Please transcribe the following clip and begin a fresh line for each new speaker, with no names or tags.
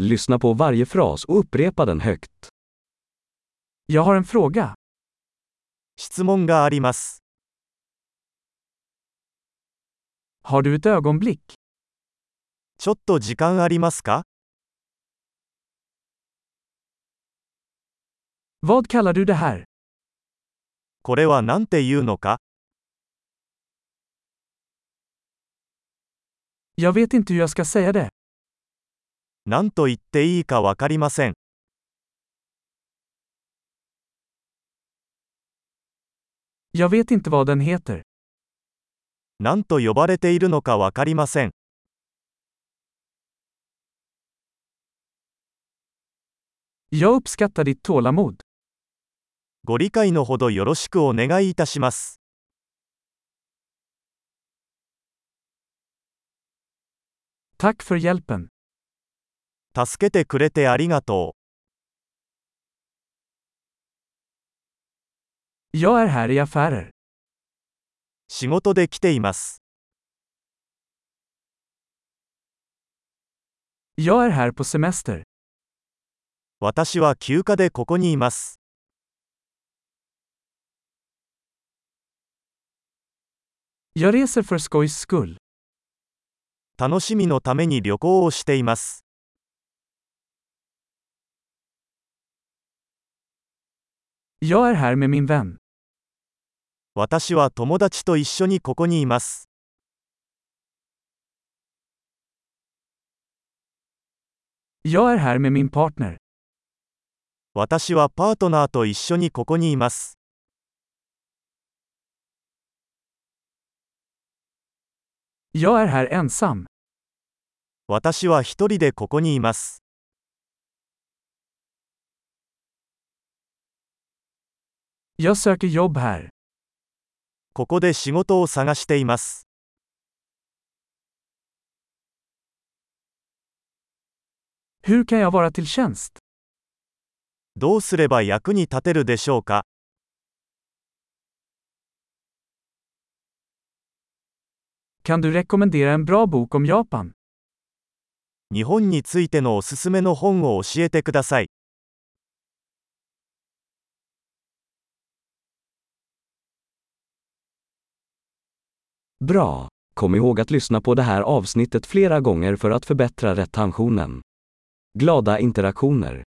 Lyssna på varje fras och upprepa den högt. Jag har en fråga.
質問があります。
Har du ett ögonblick?
ちょっと時間ありますか
Vad kallar du det här?
これは何て言うのか
Jag vet inte hur jag ska säga det.
何と言っていいかわかりません。
Jag vet inte vad den heter.
何と呼ばれているのかわかりません。
Jag uppskattar ditt tålamod.
ご理解のほどよろしくお願いいたします。
Tack för hjälpen.
助けてくれてありがと
Jag är här i affärer.
う。仕事で来ています。
Jag är här på semester.
私は休暇でここにいます。
Jag reser för skojs skull.
楽しみのために旅行をしています。
Jag är här med min vän.
私は友達と一緒にここにいます。
Jag är här med min partner.
私はパートナーと一緒にここにいます。
Jag är här ensam.
私は一人でここにいます。
Jag söker jobb här.
ここで仕事を探しています。
Hur kan jag vara till tjänst?
どうすれば役に立てるでしょうか
Kan du rekommendera en bra bok om Japan?
日本についてのおすすめの本を教えてください。
Bra! Kom ihåg att lyssna på det här avsnittet flera gånger för att förbättra retentionen. Glada interaktioner!